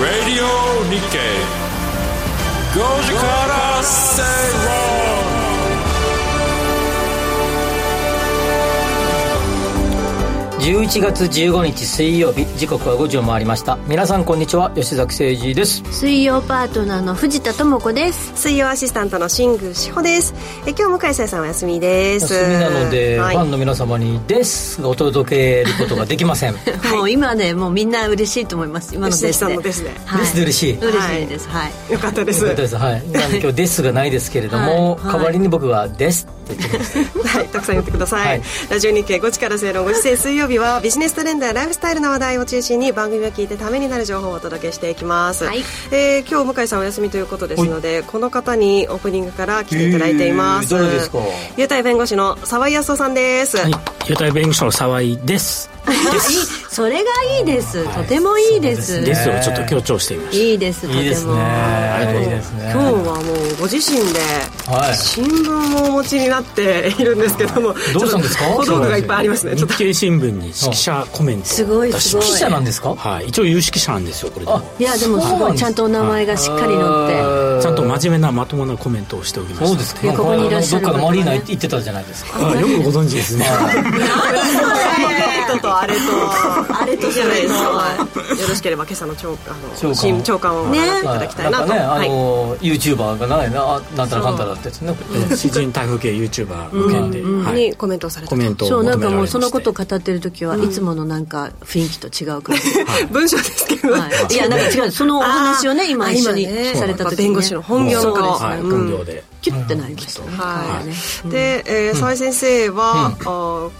Radio Nikkei 5時から正11月15日水曜日時刻は5時を回りました皆さんこんにちは吉崎誠二です水曜パートナーの藤田智子です水曜アシスタントの新宮志保ですえ今日向井沙耶さんお休みです休みなので、はいファンの皆様に「です」がお届けることができま せんでもう今ねもうみんな嬉しいと思います今の吉で崎すさんねのですねはいすで嬉しい嬉しいですはい、よかったですよかったですはいなんで今日「です」がないですけれども、はいはい代わりに僕は「です」って言ってますはいたくさん言ってください、はいラジオ日経5時から正論ご時世水曜日はビジネストレンドやライフスタイルの話題を中心に番組を聞いてためになる情報をお届けしていきます、はいえー今日向井さんお休みということですのでこの方にオープニングから来ていただいています、えー誰ですか優待弁護士の沢井康夫さんです、はい、優待弁護士の沢井です。それがいいです、はいとてもいいでそうすでですねすをちょっと強調していましいいですとてもいいですねありがとうございますね今日はもうご自身ではい新聞をお持ちになっているんですけども、どうしたんですかちょっと小道具がいっぱいありますた。ねちょっと日経新聞に識者コメントをすごい出します記ごしい者なんですかた。はい、一応有識者なんですよこれでもあいやでもすそうごなんいですちゃんとお名前がしっかり載ってえーちゃんと真面目なまともなコメントをしておりました。そうですかいやここにいらっしゃるどっか方ねのマリーナ行ってたじゃないですかあよくご存知ですね。コメントとあれとあれとじじゃゃなないいでかはですすかいよろしければ今朝の長官長官の新長官をごね覧いただきたいなと、んかねあはいのー、YouTuber がないななんたらかんたらってやつね詩人台風系 YouTuber 向けで、はいに、コメントをされたコメントをそう求めならんれかもまうしそてのことを語ってる時はいつものなんか雰囲気と違う感じ、文章ですけど、はいい、やなんか違うそのお話をね今あー一緒にあ今ねされた時に、ね、弁護士の本業の顔そうはい、ですね本業で。キュッてなりましたね、は顔がねい、 で、えー、沢井先生は、あー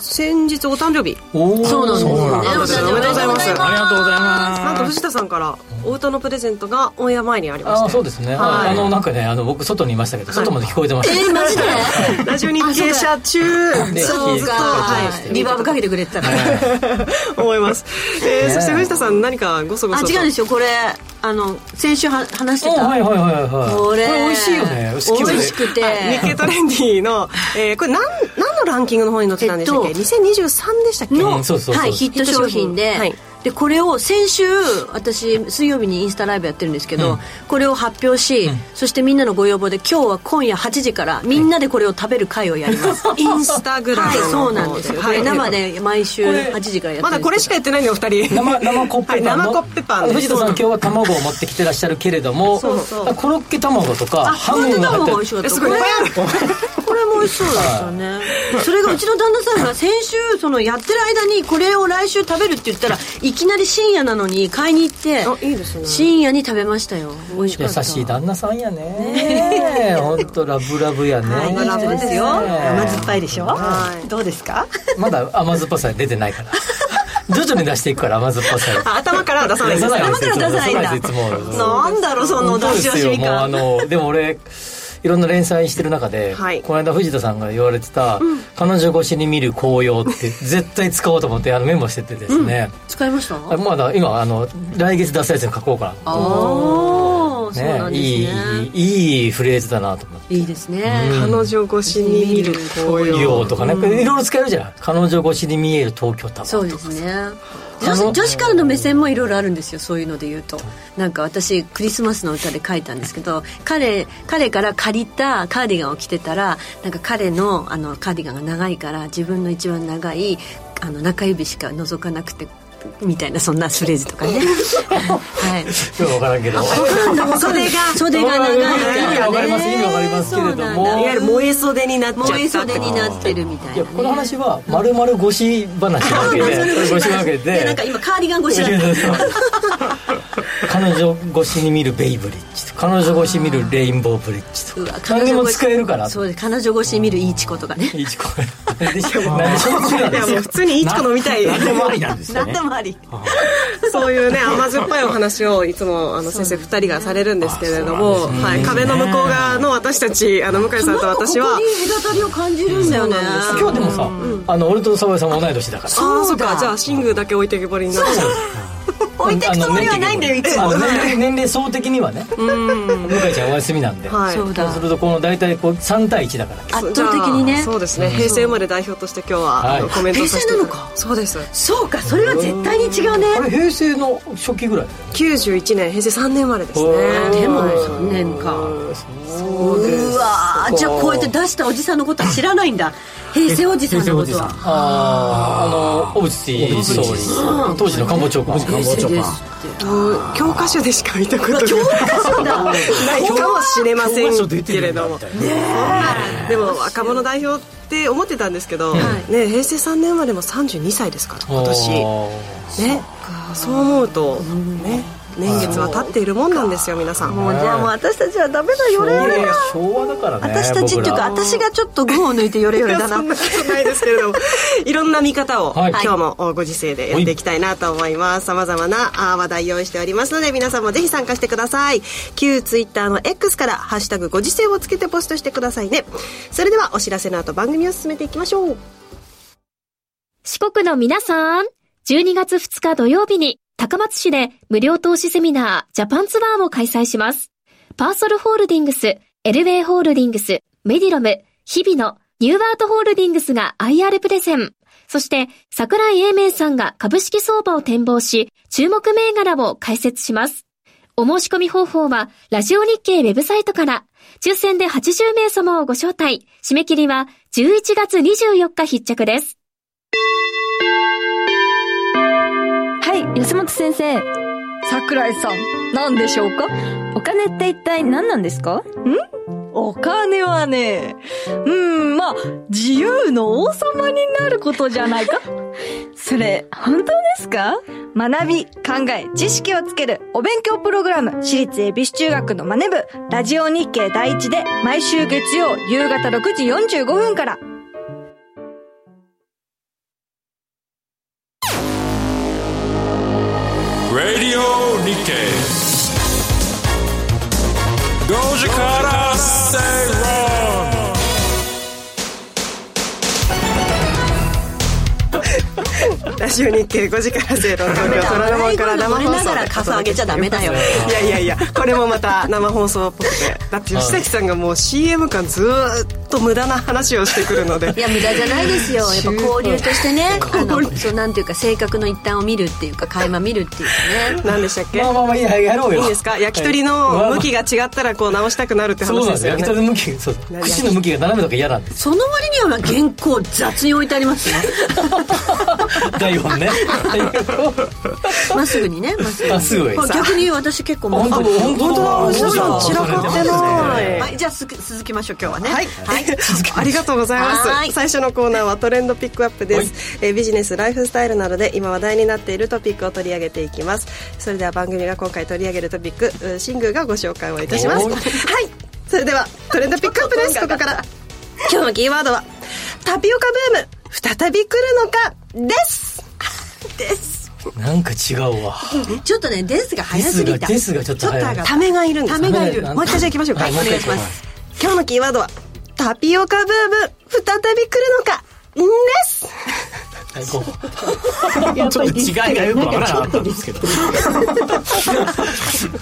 先日お誕生日おーそうなんですそうよなねんですよおめでとうございますおめでとうございますありがとうございます。なんと藤田さんからお歌のプレゼントがオンエア前にありましあたあそうですね、はいあのなんかねあの僕外にいましたけど外まで聞こえてました、えー、マジでラジオ日経社中でそそううずっかと、はい、リバーブかけてくれてたから、 思います、えーねえそして藤田さん何かごそごあそと違うでしょこれあの先週は話しておた、はいはいはいはいこれ美味しいよね好きよね美味しくて日経トレンディの、えー、これ何何のランキングの方に載ってたんでしたっけ、えっと2023でしたっけうんそうそうそうはい、ヒット商品で,、はいでこれを先週私水曜日にインスタライブやってるんですけど、これを発表し、そしてみんなのご要望で今日は今夜8時からみんなでこれを食べる会をや ります、インスタグラムはいの方そうなんですはよ、いこれ生で毎週8時からやってるんですけどまだこれしかやってないねお二人生生コッペパンの、はい生コッペパンです藤田さん今日は卵を持ってきてらっしゃるけれどもそうそうコロッケ卵とかあハこれムでが卵が美入っ味てしかっえたすごいいっぱいあるこれも美味しそうですよね。それがうちの旦那さんが先週そのやってる間にこれを来週食べるって言ったらいきなり深夜なのに買いに行ってあいいですね深夜に食べましたよ。美味しか優った。しい旦那さんやね本当ラブラブやね、はいラブですよね甘酸っぱいでしょ、はいどうですかまだ甘酸っぱさ出てない から徐々に出していくから甘酸っぱさあ頭からは出さないんですね出さないです頭から出さないですいつもなんだろうその出そうでし惜すしよみもうあ感。のでも俺いろんな連載してる中で、はいこの間藤田さんが言われてた「彼女越しに見る紅葉」って絶対使おうと思ってあのメモしててですね、使いました？あまだ今あの来月出すやつに書こうかなああ、そうなんですね。いいいいいいフレーズだなと思っていいですね。彼女越しに見る紅「よう」葉とかね、いろいろ使えるじゃん彼女越しに見える東京タワーそうとでかすねあ女の子女子からの目線もいろいろあるんですよそういうので言うとなんか私クリスマスの歌で書いたんですけど彼彼から借りたカーディガンを着てたらなんか彼のあのカーディガンが長いから自分の一番長いあの中指しか覗かなくてみたいなそんなフレーズとかねはいよく分からんけど袖が袖が長いから、ね、意味わかります意味わかりますけれどもそうなんだいわゆる燃え袖になっちゃった燃え袖になってるみたいいやな、この話はまるまる越し話なわけで越しなわけいやなでんか今カーディガン越しだった 彼女越しに見るベイブリッジと彼女越しに見るレインボーブリッジうとわ何でも使えるからそうです彼女越しに見るいいチコとかねいち こ何でしょう何でしょういやもう普通にいちこ飲みたい何でもありなんですよ何 ねで。もありそういうね甘酸っぱいお話をいつもあの先生2人がされるんですけれども、そうなんですねはい、壁の向こう側の私たちあの向井さんと私はここに隔たりを感じるんだよね今日でもさあの俺と澤井さんも同い年だからああーそそっうかだじゃあ寝具だけ置いてけぼりになっちゃう置置いていくつもりはないんだよいつもあの年齢年齢層的にはね向井ちゃんお休みなんで、はいそうそうだするとこの大体こう3対1だから圧倒的にじゃねあそうですね平成生まれ代表として今日はあのはいコメントさせていただいて平成なのかそうですそうかそれは絶対に違うねあれ平成の初期ぐらい91年平成3年生まれですおねーでもはい3年かそうですうわーじゃあこうやって出したおじさんのことは知らないんだ平成おじさんのことはあーあの小渕総理当時の官房長官官房長官もう教科書でしか見たことがないそうだないかもしれませ教科書ん出けてるれんだどみもたいでも若者代表って思ってたんですけど、ね、平成3年生までも32歳ですから今年ねそう思うと、ね、年月は経っているもんなんですよ皆さんもうじゃあもう私たちはダメだよれよれだ昭和だからね私たちっていうか僕ら私がちょっと群を抜いてよれよいれやだそなんなことないですけ れどもいろんな見方を、はい今日もご時世でやっていきたいなと思いますさまざまなあー話題用意しておりますので皆さんもぜひ参加してください旧ツイッターの X から「ハッシュタグご時世」をつけてポストしてくださいねそれではお知らせの後番組を進めていきましょう四国の皆さん、12月2日土曜日に高松市で無料投資セミナージャパンツアーを開催します。パーソルホールディングス、エルウェイホールディングス、メディロム、日々のニューアートホールディングスが IR プレゼン。そして、桜井英明さんが株式相場を展望し、注目銘柄を解説します。お申し込み方法は、ラジオ日経ウェブサイトから、抽選で80名様をご招待。締め切りは11月24日必着です。はい、安本先生。桜井さん、何でしょうかお金って一体何なんですかんお金はね、うん、まあ、自由の王様になることじゃないか それ、本当ですか学び、考え、知識をつけるお勉強プログラム、私立恵比寿中学のマネ部、ラジオ日経第一で、毎週月曜夕方6時45分から。 Radio Nikkei. Goji Kara Seiron. ラジオ日経5時から0度東京虎ノ門から生放乗りな送がらで傘上げちゃダメだよいやいやいやこれもまた生放送っぽくてだって吉崎さんがもう CM 感ずーっと無駄な話をしてくるのでいや無駄じゃないですよやっぱ交流としてねあ流のそうなんていうか性格の一端を見るっていうか垣間見るっていうかね 何でしたっけまあまあまあいいややろういよい ですか焼き鳥の向きが違ったらこう直したくなるってそう話でなんですすよよ焼ねき鳥の向きがそう串の向きが斜めとか嫌なんですその割には原稿雑に置いてありますね 台本ねまっすぐにねまっすぐまっすぐにこれ逆に私結構まっすぐあ本当だ本当だ本当だ散らかってないはいじゃあすく続きましょう今日はねはい、 はい ありがとうございまはすい最初のコーナーはトレンドピックアップです、えービジネスライフスタイルなどで今話題になっているトピックを取り上げていきますそれでは番組が今回取り上げるトピックうーシングがご紹介をいたしますおはーいそれではトレンドピックアップですここから今日のキーワードはタピオカブーム再び来るのかですですなんか違うわちょっとねですがで早すすがぎたですがちょっと早いためがいるんですためがいるなんもう一回じゃあ行きましょうかはいお願いします今日のキーワードはタピオカブーム再び来るのかですはいこうちょっと違いがよくわからなかったんですけど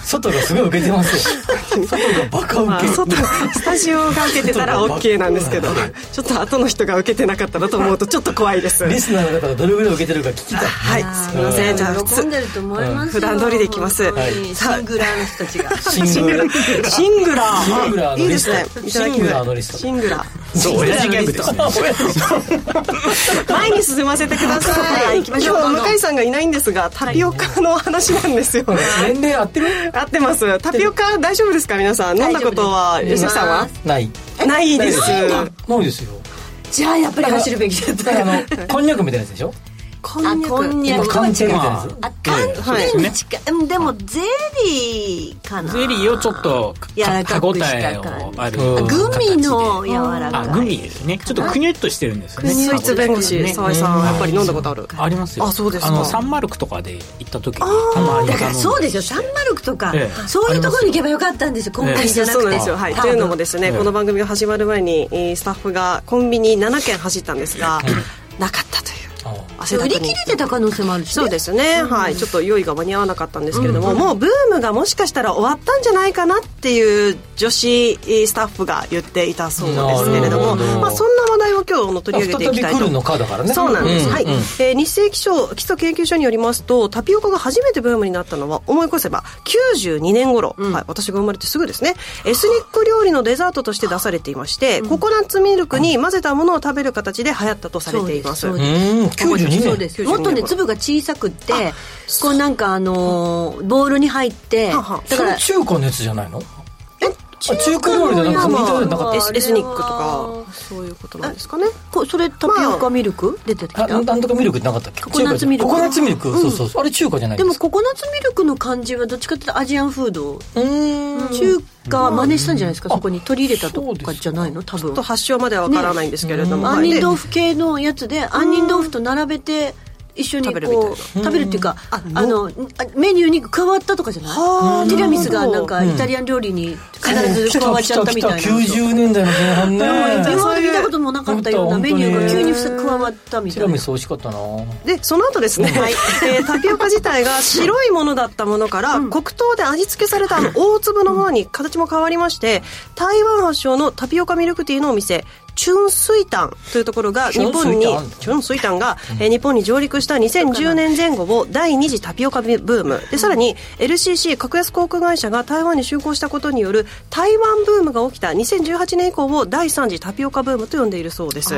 外がすごい受けてますよ外がバカまあ、受け外スタジオが受けてたら OK なんですけどちょっと後の人が受けてなかったらと思うとちょっと怖いですリスナーの方がどれぐらい受けてるか聞きたいはいすみませんじゃあ普喜ん通でると思いますよ普段通りでいきます本当はにシングラーの人たちが シングル シングラーシングラーのリストいいですねいただシきングラーまのリストすシングラそう親父ギャグですねー前に進ませてください行きましょう今日向井さんがいないんですがタピオカの話なんですよ年齢合ってる合ってますタピオカ大丈夫ですか皆さん飲んだことは大丈夫で吉す崎さんはないないですないですよじゃあやっぱり走るべきだっだからあのこんにゃくみたいなやつでしょこあこんにゃ今く缶チェみたいなやつあ缶詰に近い、うんでもゼリーかなゼリーをちょっとか柔らか歯応くしたえ感じをあるうんグミの柔らかあいグミですねちょっとくにゅっとしてるんですよねスイーツ弁護そうで士すね沢井さんやっぱり飲んだことあるありますよあそうですかあのサンマルクとかで行った時にたまにだからそうですよ頼サンマルクとか、ええそういうところに行けばよかったんですよコンビニじゃなくそうてなんですよ、はい、多と分いうのもですね、うんこの番組が始まる前にえースタッフがコンビニ7軒走ったんですが、なかったというあ汗だ売くにり切れてた可能性もあるしねそうですね、はいちょっと用意が間に合わなかったんですけれども、もうブームがもしかしたら終わったんじゃないかなっていう女子えースタッフが言っていたそうですけれどもなるほどまあ、そんな話題を今日の取り上げてい再きびたいと来思いるまのすかだからねそうなんです、んはい、えうんー日清基礎基礎研究所によりますとタピオカが初めてブームになったのは思い起こせば92年頃、はい、私が生まれてすぐですねエスニック料理のデザートとして出されていまして、ココナッツミルクに混ぜたものを食べる形で流行ったとされていますそうですそうですうんそ92うで年すもっとね粒が小さくってこうなんかあのーボールに入ってははそだかれら中華のやつじゃないのえ中華料理じゃなくてそのイタリアじゃなかっエたスエスニックとかそういうことなんですかねこそれタピオカミルク、出てきあたなんとかミルクってなかったっけココナッツミルクココナッツミルク、そうそうそうあれ中華じゃないででもすかココナッツミルクの感じはどっちかっていうとアジアンフードでもうん中華は真似したんじゃないですか、うんそこに取り入れたそとうですかかじゃないの多ちょっと分発祥まではわからないんですけれども、は杏い仁で豆腐系のやつで杏仁豆腐と並べて一緒に食こべるみたいなう食べるっていうかあのあメニューに加わったとかじゃはなあいティラミスがなんかうんイタリアン料理に必ず加わっちゃったみたいな来た来た来た90年代の前半ね今まで見たこともなかったようなメニューが急に加わったみティラたいなミス美味しかったなでその後です ね、はいえータピオカ自体が白いものだったものから、黒糖で味付けされたあの大粒のものに形も変わりまして台湾発祥のタピオカミルクティーのお店チュンスイタンというところが日本にチュンスイタンチュンスイタンが、えー日本に上陸した2010年前後を第二次タピオカブームでさらに LCC 格安航空会社が台湾に就航したことによる台湾ブームが起きた2018年以降を第三次タピオカブームと呼んでいるそうです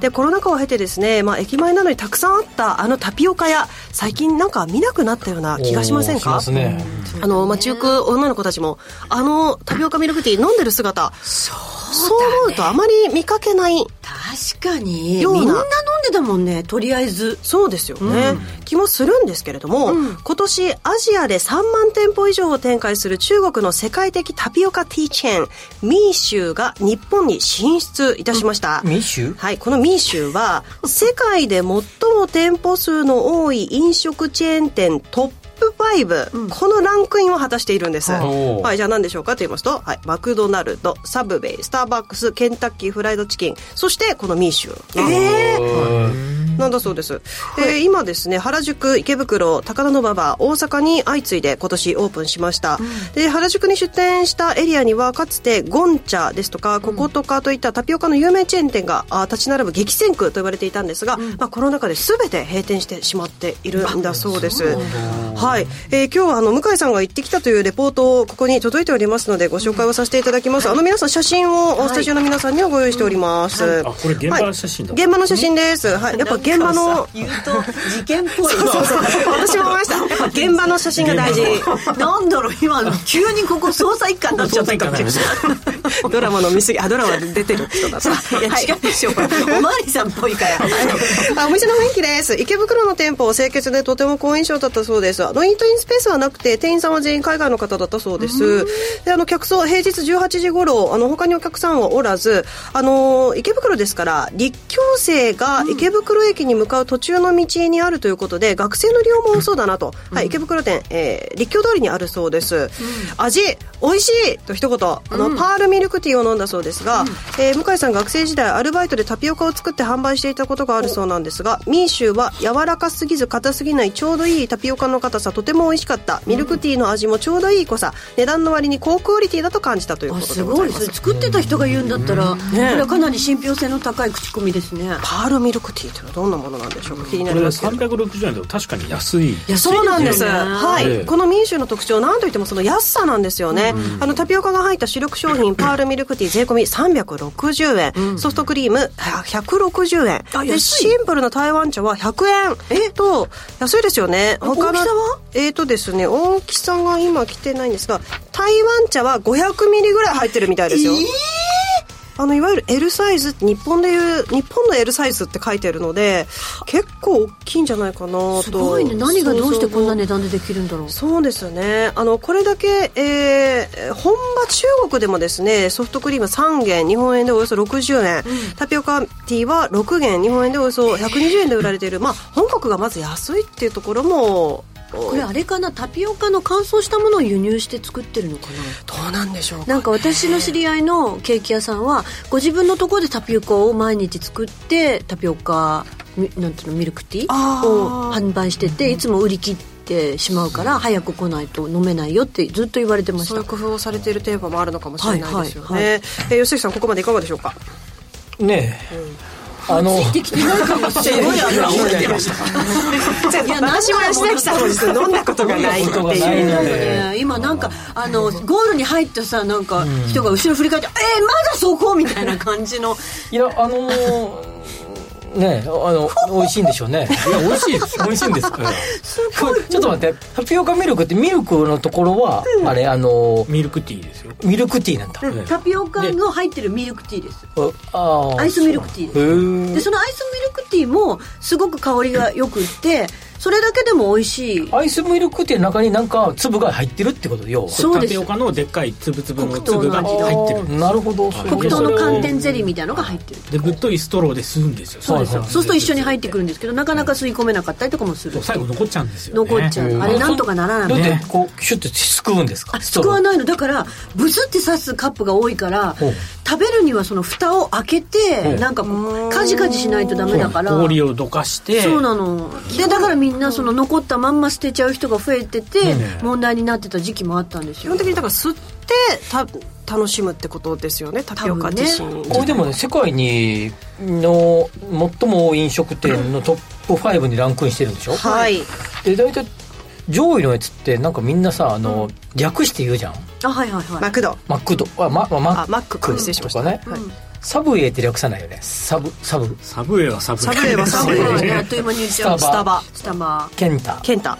でコロナ禍を経てですね、まあ、駅前などにたくさんあったあのタピオカ屋最近なんか見なくなったような気がしませんおーかしますねあの街行く女の子たちもあのタピオカミルクティー飲んでる姿そう思うとあまり見かけない確かにみようなんな飲んでたもんねとりあえずそうですよね、気もするんですけれども、今年アジアで3万店舗以上を展開する中国の世界的タピオカティーチェーンミーシューが日本に進出いたしました、ミシュはい、このミーシューは世界で最も店舗数の多い飲食チェーン店トップ5、このランクインを果たしているんです、おーはい、じゃあ何でしょうかと言いますと、はい、マクドナルドサブウェイスターバックスケンタッキーフライドチキンそしてこのミーシューえなんだそうです、で今ですね原宿池袋高田馬場大阪に相次いで今年オープンしました、で原宿に出店したエリアにはかつてゴンチャですとかココトカといったタピオカの有名チェーン店があ立ち並ぶ激戦区と言われていたんですが、まあ、コロナ禍で全て閉店してしまっているんだそうですはい、えー今日はあの向井さんが行ってきたというレポートをここに届いておりますのでご紹介をさせていただきます、あの皆さん写真を、スタジオの皆さんにはご用意しております、あこれ現場の写真だはい現場の写真です、はい、やっぱ現 場の言うと事件っぽいそう そうそう私も思いましたやっぱ現場の写真が大事なんだろう今の急にここ捜査一課になっちゃったかもしれない ドラマの見過ぎあドラマ出てる人だったいや違うでしょこれ おまわりさんっぽいから あお店の雰囲気です池袋の店舗は清潔でとても好印象だったそうですあのイートインスペースはなくて店員さんは全員海外の方だったそうですであの客層平日18時頃あの他にお客さんはおらずあの池袋ですから立教生が池袋駅に向かう途中の道にあるということで、学生の利用も多そうだなと、はい、池袋店、えー立教通りにあるそうです、味美味しいと一言あの、パールミルクティーを飲んだそうですが、えー向井さん学生時代アルバイトでタピオカを作って販売していたことがあるそうなんですがミーシューは柔らかすぎず硬すぎないちょうどいいタピオカの硬さとても美味しかったミルクティーの味もちょうどいい濃さ値段の割に高クオリティだと感じたというあことですござごいいまそすれ作ってた人が言うんだったら、これはかなり信憑性の高い口コミですねパールミルクティーというのはどんなものなんでしょうか気になこりれますけど360円でも確かに安いいやそうなんです、よねはえい、えこの民主の特徴なんといってもその安さなんですよね、あのタピオカが入った主力商 品パールミルクティー税込み360円、ソフトクリームあ160円あで安いシンプルな台湾茶は100円えと安いですよね他の大きさはえっ、とですね大きさが今来てないんですが台湾茶は500ミリぐらい入ってるみたいですよ、あのいわゆる L サイズ日本でいう日本の L サイズって書いてあるので結構大きいんじゃないかなとすごいね何がどうしてこんな値段でできるんだろうそうですねあのこれだけ、えー本場中国でもですねソフトクリーム3元日本円でおよそ60円、タピオカティーは6元日本円でおよそ120円で売られている、まあ、本国がまず安いっていうところもこれあれかなタピオカの乾燥したものを輸入して作ってるのかどうなんでしょうななんか私の知り合いのケーキ屋さんはご自分のところでタピオカを毎日作ってタピオカみなんていうのミルクティーを販売してていつも売り切ってしまうから早く来ないと飲めないよってずっと言われてましそういたう工夫をされている店舗もあるのかもしれないですよね、はいえはいー吉崎さんここまでいかがでしょうかねえ、あのできてないかもしれ ないいや私も吉崎さんも実は飲んだことがないってことがないういなのんかでね、今なんかあのゴールに入ったさなんか人が後ろ振り返って「えー、まだそこ?」みたいな感じ のいやあのーねえあの美味しいんでしょうねいや美味しいです美味しいんですからこれちょっと待ってタピオカミルクってミルクのところは、あれあのーミルクティーですよミルクティーなんだ、んタピオカの入ってるミルクティーですああアイスミルクティーですーでそのアイスミルクティーもすごく香りがよくってそれだけでも美味しいアイスミルクティーの中になんか粒が入ってるってことよそうでタピすオカのでっかい粒々黒の糖粒のが味入ってるんですなるほどそういうこ黒と糖の寒天ゼリーみたいなのが入ってるでぶっといストローで吸うんですよそうですよはいそうすると一緒に入ってくるんですけどなかなか吸い込めなかったりとかもするそう最後残っちゃうんですよ、ね、残っちゃうあれなんとかならないだっのてねこうシュッてすくうんですかあすくわいないのだからブスって刺すカップが多いからほう食べるにはその蓋を開けてうなんかこうカジカジしないとダメだから氷をどかしてそうなのでだからみんなその残ったまんま捨てちゃう人が増えてて問題になってた時期もあったんです基よ本的にだから吸ってた楽しむってことですよねタピオカ自身、これでもね世界にの最も多い飲食店のトップ5にランクインしてるんでしょ、はいで大体上位のやつってなんかみんなさあの、略して言うじゃんあはいはいはいマクドマックドあママあマックク失礼しまとしたかね、サブウェイって略さないよねサブサブサブウェイはサブサブウェイ はサブウェイあっという間に言っちゃうスタバスタバケンタケンタ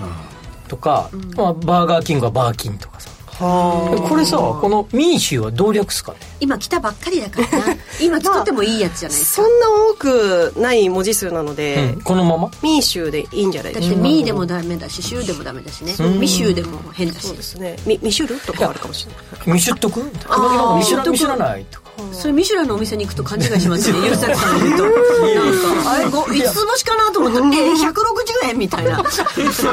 とか、まあ、バーガーキングはバーキンとかさはこれさこの民衆はどう略すかね今来たばっかりだから な今作ってもいいやつじゃないですそか、んな多くない文字数なので、うんこのまま民衆でいいんじゃないでだっしょてうかミーでもダメだしシューでもダメだしねミシューでも変だしそうですねみミシュルとかあるかもしれないミシュっとくみたいなあーなんかミシュミシラミシュっとくュラないとかそれミシュランのお店に行くと勘違いしますねゆうさきさんの言 うとなんかあれご5つ星かなと思ったらえー160円みたいな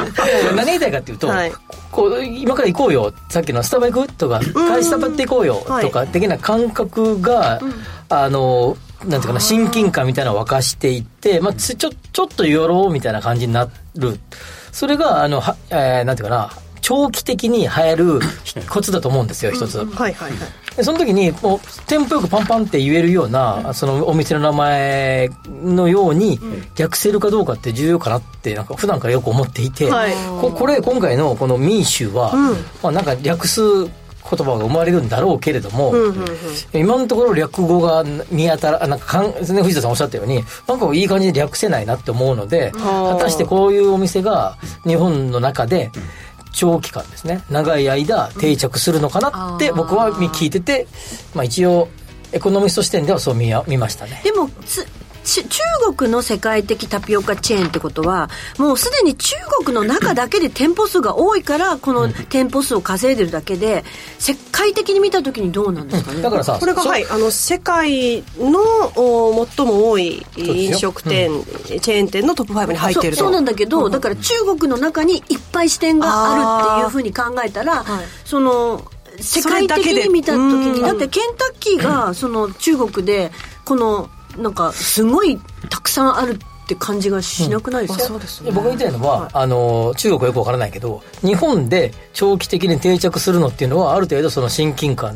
何言いたいかっていうと、はいこう今から行こうよさっきのスタバ行くとかスタバって行こうよはいとか的な感覚が、あのなんていうかな親近感みたいなのを沸かしていって、まあ、つちょちょっと寄ろうみたいな感じになるそれがあのは、えーなんていうかな長期的に流行るコツだと思うんですよ一つ。はいはいはいでその時にこうテンポよくパンパンって言えるような、そのお店の名前のように逆せるかどうかって重要かなってなんか普段からよく思っていて、はいここれ今回のこの民衆は、まあ、なんか略す言葉が生まれるんだろうけれども、今のところ略語が見当たらなんかかん、ね、藤田さんおっしゃったようになんかいい感じで略せないなって思うので果たしてこういうお店が日本の中で長期間ですね長い間定着するのかなって僕は見聞いてて、まあ、一応エコノミスト視点ではそう見や見ましたね。でもつち中国の世界的タピオカチェーンってことはもうすでに中国の中だけで店舗数が多いからこの店舗数を稼いでるだけで世界的に見た時にどうなんですかね、だからさこれがそはいあの世界のお最も多い飲食店、チェーン店のトップ5に入っているとそうそうなんだけど、だから中国の中にいっぱい視点があるっていうふうに考えたら、はいその世それ界的だけでに見た時うにんだってケンタッキーがその中国でこのなんかすごいたくさんあるって感じがしなくないですか、そうですでね僕が言いたいのは、あの中国はよくわからないけど日本で長期的に定着するのっていうのはある程度その親近感、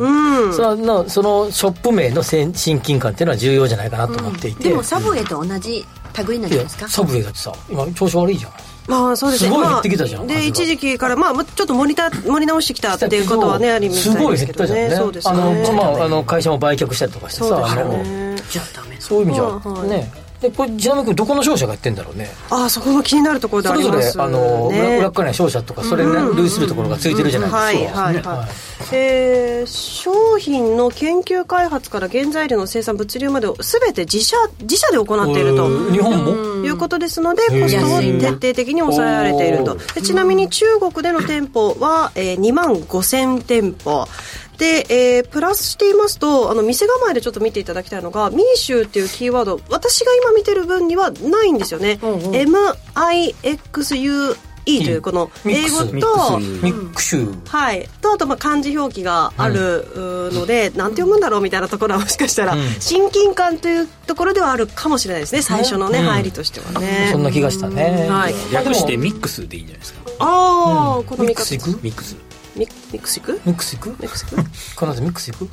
そのそのショップ名のせん親近感っていうのは重要じゃないかなと思っていて、でもサブウェイと同じ類なんいじゃないやですかサブウェイだってさ今調子悪いじゃんまあそうですねすごいまあ減ってきたじゃん数がで一時期からまあまあちょっと盛りた盛り直してきたっていうことはねありみすたいごでいす減けったどじゃねんねそうですあねの、まあ、あの会社も売却したりとかしてそうさですあよのじゃあダメだそういう意味じゃ、はいはいねでこれちなみにどこの商社がやってんだろうねああそこが気になるところでそあれりぞまれ、すねあの裏裏っかりな商社とかそれに類するところがついてるじゃないですか、はいはいはい、えー商品の研究開発から原材料の生産物流までを全て自社自社で行っているとうん日本も、いうことですので、コストを徹底的に抑えられているとうんでちなみに中国での店舗は、えー2万5000店舗で、えープラスしていますとあの店構えでちょっと見ていただきたいのが「民衆」っていうキーワード私が今見てる分にはないんですよね、MIXUE E というこの英語と、ミックシュはい、とあとまあ漢字表記があるうーので、なんて読むんだろうみたいなところはもしかしたら、親近感というところではあるかもしれないですね最初のね、うん入りとしてはねそんな気がしたね。はいまあで略もしてミックスでいいんじゃないですかああ、このミ見ックスい方くミックスミミックスいくミックスいくミックスいくこの後ミックスいく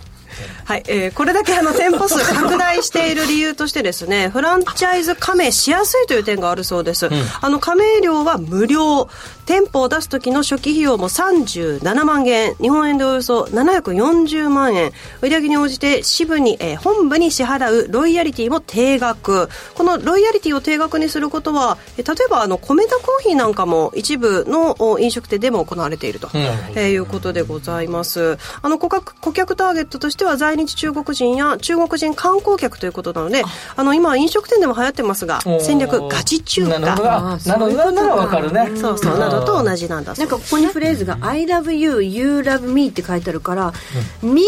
はい、えーこれだけあの店舗数 拡大している理由としてですね、フランチャイズ加盟しやすいという点があるそうです。あの加盟料は無料、店舗を出す時の初期費用も37万円、日本円でおよそ740万円、売上に応じて支部に、えー本部に支払うロイヤリティも定額。このロイヤリティを定額にすることは、えー例えばあの米田コーヒーなんかも一部のお飲食店でも行われていると。うんえーいうことでございます。あの顧客顧客ターゲットとしては在日中国人や中国人観光客ということなので、あの今飲食店でも流行ってますが、戦略ガチ中華。なるほどあなるほどなるほどならわかるねそうそうなどと同じなんだそうなんかここにフレーズが「I love you you love me」って書いてあるから「me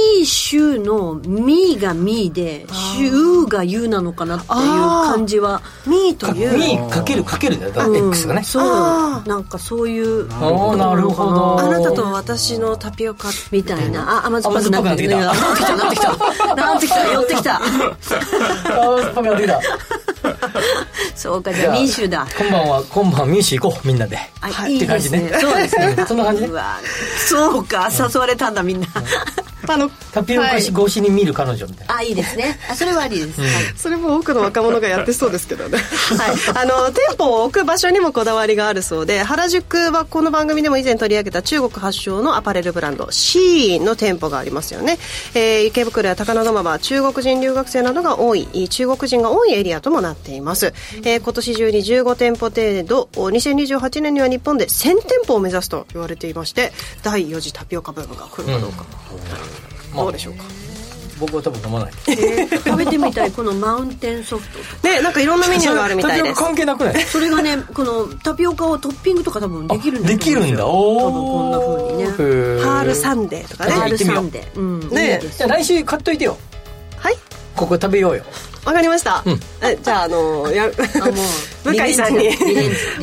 you の「me」が「me」で「you」が「you」なのかなっていう感じはミーとミいうーかけるかけるだよだって X がねそうなんかそういうおーなるほどあなたと私のタピオカみたいなあ甘酸っぱくなってき甘たなってきた なってきた寄って きたあパカ出たそうかじゃあ民衆だ今晩は今晩民主行こうみんなであはいいって感じねですねそうですね そんな感じねうわそうか誘われたんだみんなあのタピオカし越しに見る彼女みたいなあいいですねあそれはありですはいそれも多くの若者がやってそうですけどね、はい、あの店舗を置く場所にもこだわりがあるそうで原宿はこの番組でも以前取り上げた中国発祥のアパレルブランドシーンの店舗がありますよね、えー池袋や高田馬場は中国人留学生などが多い中国人が多いエリアともなっています、えー今年中に15店舗程度2028年には日本で1000店舗を目指すと言われていまして第4次タピオカブームが来るかどうか、どうでしょうか僕は多分飲まない食べてみたいこのマウンテンソフトねなんかいろんなメニューがあるみたいタピでオすカ関係なくないそれがねこのタピオカをトッピングとか多分できるんだと思うんできるんだ多お分こんな風にねーへーハールサンデーとかねパー行ルってみよサうンデーうんねえいいですじゃあ来週買っといてよはいここ食べようよわかりました。えじゃあ、あのや、あも う向井さんにリベンジリ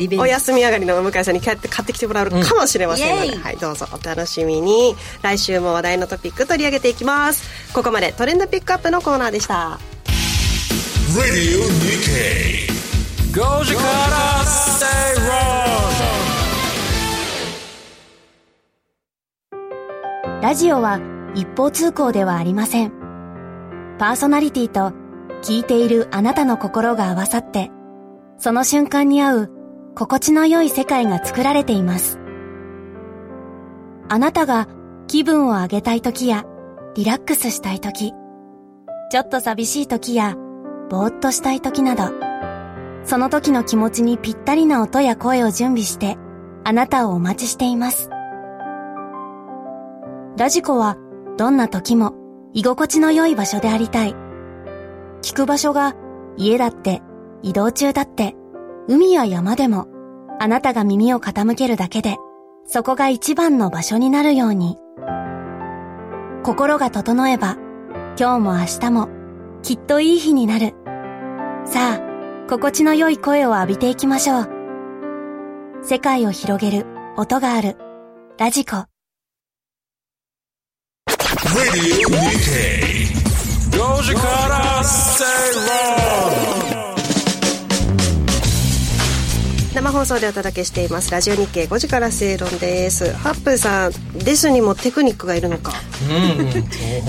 ベンジお休み上がりの向井さんに買って買ってきてもらうかもしれませんので、イエイはい、どうぞお楽しみに。来週も話題のトピック取り上げていきます。ここまでトレンドピックアップのコーナーでした。 Radio Nikkei. Go Jakarta, stay wrong. ラジオは一方通行ではありません。パーソナリティと聞いているあなたの心が合わさって、その瞬間に合う心地の良い世界が作られています。あなたが気分を上げたい時やリラックスしたい時、ちょっと寂しい時やぼーっとしたい時など、その時の気持ちにぴったりな音や声を準備して、あなたをお待ちしています。ラジコはどんな時も居心地の良い場所でありたい。聞く場所が家だって移動中だって海や山でもあなたが耳を傾けるだけでそこが一番の場所になるように。心が整えば今日も明日もきっといい日になる。さあ、心地の良い声を浴びていきましょう。世界を広げる音がある。ラジコ。 Radio Nikkei. Go Jakarta, stay wrong. 生放送でお届けしています。ラジオ日経5時から正論です。ハップンさん、ですにもテクニックがいるのか。うん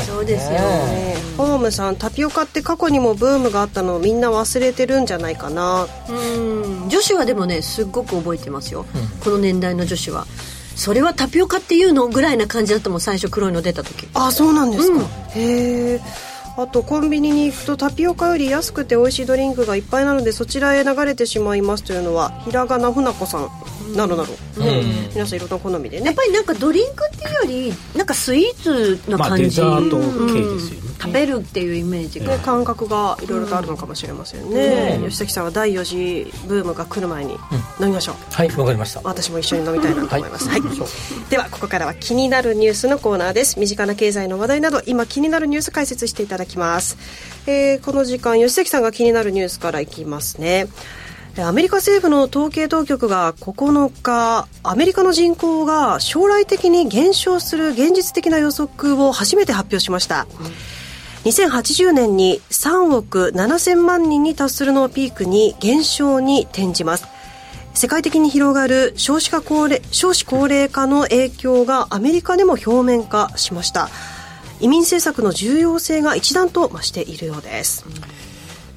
そうですよねホームさん、タピオカって過去にもブームがあったのをみんな忘れてるんじゃないかな。うん女子はでもねすっごく覚えてますよ、この年代の女子はそれはタピオカっていうのぐらいな感じだったもん最初黒いの出た時あそうなんですか、へえあとコンビニに行くとタピオカより安くて美味しいドリンクがいっぱいなのでそちらへ流れてしまいますというのはひらがなふなこさんなるなる、皆さんいろんな好みでやっねぱりなんかドリンクっていうよりなんかスイーツなまあ感デじ、ザート系ですよね食べるっていうイメージが、ね感覚がいろいろとあるのかもしれませんね、吉崎さんは第4次ブームが来る前に飲みましょう、はいわかりました私も一緒に飲みたいなと思います、ははいいそうではここからは気になるニュースのコーナーです身近な経済の話題など今気になるニュース解説していただきます、えーこの時間吉崎さんが気になるニュースからいきますねでアメリカ政府の統計当局が9日アメリカの人口が将来的に減少する現実的な予測を初めて発表しました2080年に3億7000万人に達するのをピークに減少に転じます世界的に広がる少子化高齢少子高齢化の影響がアメリカでも表面化しました移民政策の重要性が一段と増しているようです、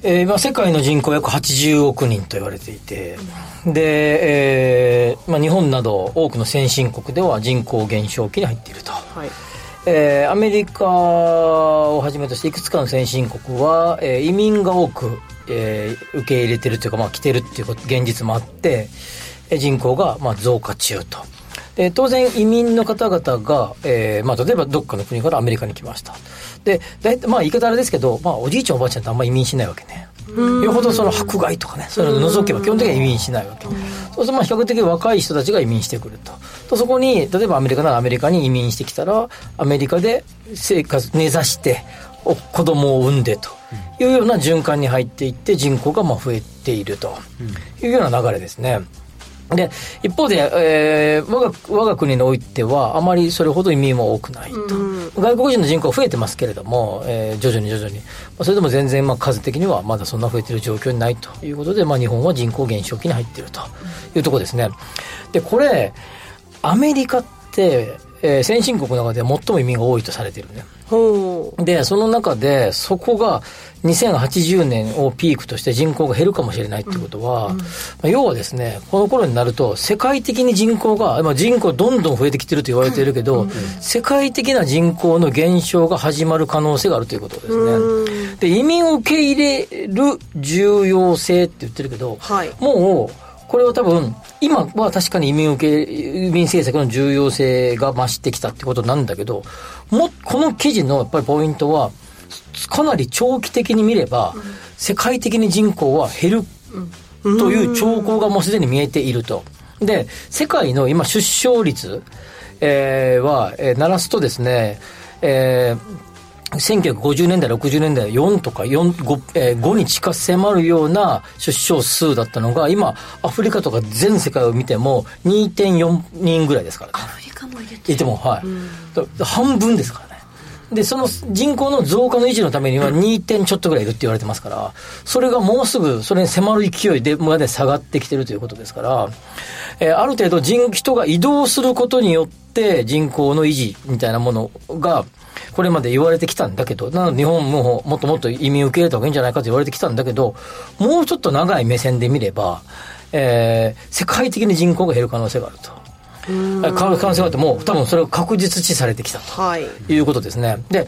えーまあ、世界の人口約80億人と言われていて、で、えーまあ、日本など多くの先進国では人口減少期に入っていると、はいえーアメリカをはじめとしていくつかの先進国は、えー移民が多く、えー受け入れてるというか、まあ、来てるっていうこと現実もあって、えー人口が、まあ、増加中と。で当然移民の方々が、えーまあ、例えばどっかの国からアメリカに来ましたで大体、まあ、言い方あれですけど、まあ、おじいちゃんおばあちゃんってあんま移民しないわけねよほどその迫害とかねそういうのを除けば基本的には移民しないわけそうするとまあ比較的若い人たちが移民してくるととそこに例えばアメリカならアメリカに移民してきたらアメリカで生活根ざしてお子供を産んでというような循環に入っていって人口がまあ増えているというような流れですね。で一方で、えー我が我が国においてはあまりそれほど移民も多くないと、外国人の人口は増えてますけれども、えー徐々に徐々に、まあ、それでも全然、まあ、数的にはまだそんな増えてる状況にないということで、まあ、日本は人口減少期に入っているというところですねでこれアメリカって、えー先進国の中で最も移民が多いとされてるねほでその中でそこが2080年をピークとして人口が減るかもしれないってことは、まあ要はですねこの頃になると世界的に人口が、まあ、人口どんどん増えてきてると言われているけど、世界的な人口の減少が始まる可能性があるということですね。で移民を受け入れる重要性って言ってるけど、はいもうこれは多分今は確かに移民受け移民政策の重要性が増してきたってことなんだけどもこの記事のやっぱりポイントはかなり長期的に見れば、世界的に人口は減るという兆候がもうすでに見えていると。で、世界の今出生率、えーは、えー、鳴らすとですね、えー、1950年代、60年代4とか4 5,、えー5に近迫るような出生数だったのが、今、アフリカとか全世界を見ても2.4人ぐらいですからね。アフリカも入れて言ってもはい、だ半分ですからねでその人口の増加の維持のためには2点ちょっとぐらいいるって言われてますからそれがもうすぐそれに迫る勢いでまで下がってきてるということですから、えーある程度人人が移動することによって人口の維持みたいなものがこれまで言われてきたんだけどなので日本ももっともっと移民受け入れた方がいいんじゃないかと言われてきたんだけどもうちょっと長い目線で見れば、えー世界的に人口が減る可能性があると。変わる可能性があってもう多分それを確実視されてきたうはいということですね。で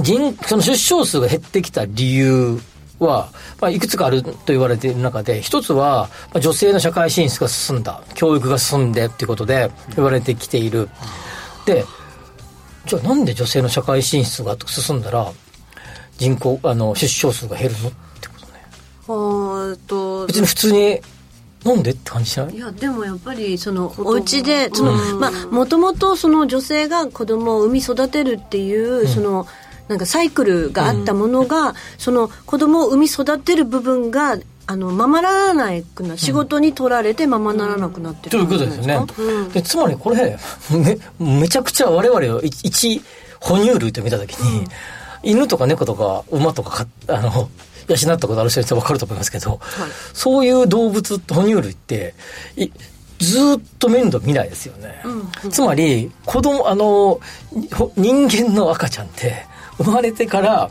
人その出生数が減ってきた理由は、まあ、いくつかあると言われている中で一つは、まあ、女性の社会進出が進んだ教育が進んでっていうことで言われてきている。でじゃあなんで女性の社会進出が進んだら人口あの出生数が減るのってことねあーっと別に普通になんでって感じしないいやでもやっぱりそのお家でそのまあもともとその女性が子供を産み育てるっていう、そのなんかサイクルがあったものが、その子供を産み育てる部分があのままならなくな仕事に取られてままならなくなってとるいうんじこゃとなでいすよね。ですか、でつまりこれめめちゃくちゃ我々を一一哺乳類と見た時に、犬とか猫とか馬とかかあの養ったことある人は分かると思いますけど、そういう動物哺乳類っていずーっと面倒見ないですよね、つまり子供あのほ人間の赤ちゃんって生まれてから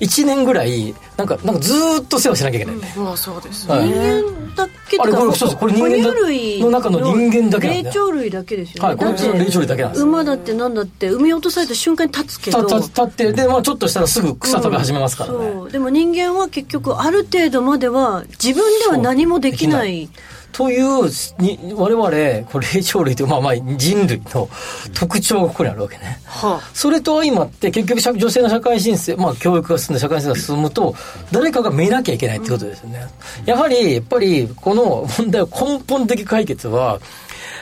1年ぐらいなんかなんかずーっと世話しなきゃいけないんだよ、まあそうですはい人間だけとあかれこれそうそうこれ人間だ哺乳類の中の人間だけなんだよ霊長類だけですよね、はいこれだって霊長類だけなんですよ馬だってなんだって産み落とされた瞬間に立つけたどた立ってで、まあ、ちょっとしたらすぐ草食べ始めますからね、そうでも人間は結局ある程度までは自分では何もできないというに我々これ 霊長類という、まあ、まあ人類の特徴がここにあるわけね、はそれと相まって結局社女性の社会進出、まあ、教育が進んで社会進出が進むと誰かが見なきゃいけないってことですよね、やはりやっぱりこの問題を根本的解決は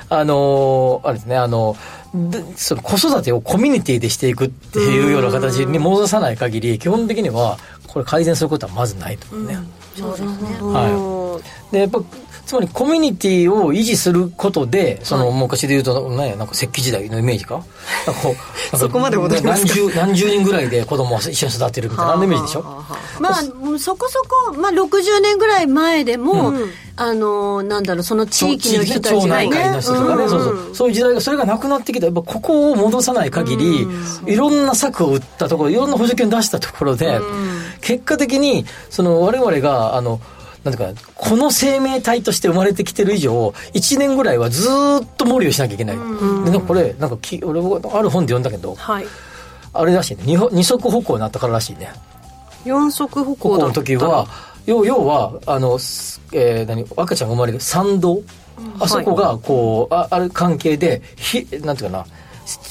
あのあれですねあのでその子育てをコミュニティでしていくっていうような形に戻さない限り基本的にはこれ改善することはまずないと思うね、なるほど、はいどでやっぱつまりコミュニティを維持することでその、昔で言うとなんやなんか石器時代のイメージかなんかこうなんかそこまで戻りますか何十何十人ぐらいで子供を一緒に育てるみたいなあんなイメージでしょまあうんそこそこ、まあ、60年ぐらい前でも、あのなんだろうその地域の人たちが内会の人とかね、うんそうそうそういう時代がそれがなくなってきたやっぱここを戻さない限り、いろんな策を打ったところいろんな補助金を出したところで、結果的にその我々があのなんていうかなこの生命体として生まれてきてる以上1年ぐらいはずーっと森をしなきゃいけない、でなんかこれなんかき俺もある本で読んだけどはいあれらしいね二歩二足歩行になったかららしいね四足歩こ行こだのった時は要要はあの、すえー、何赤ちゃんが生まれる産道、あそこがこうあある関係でひなんていうかな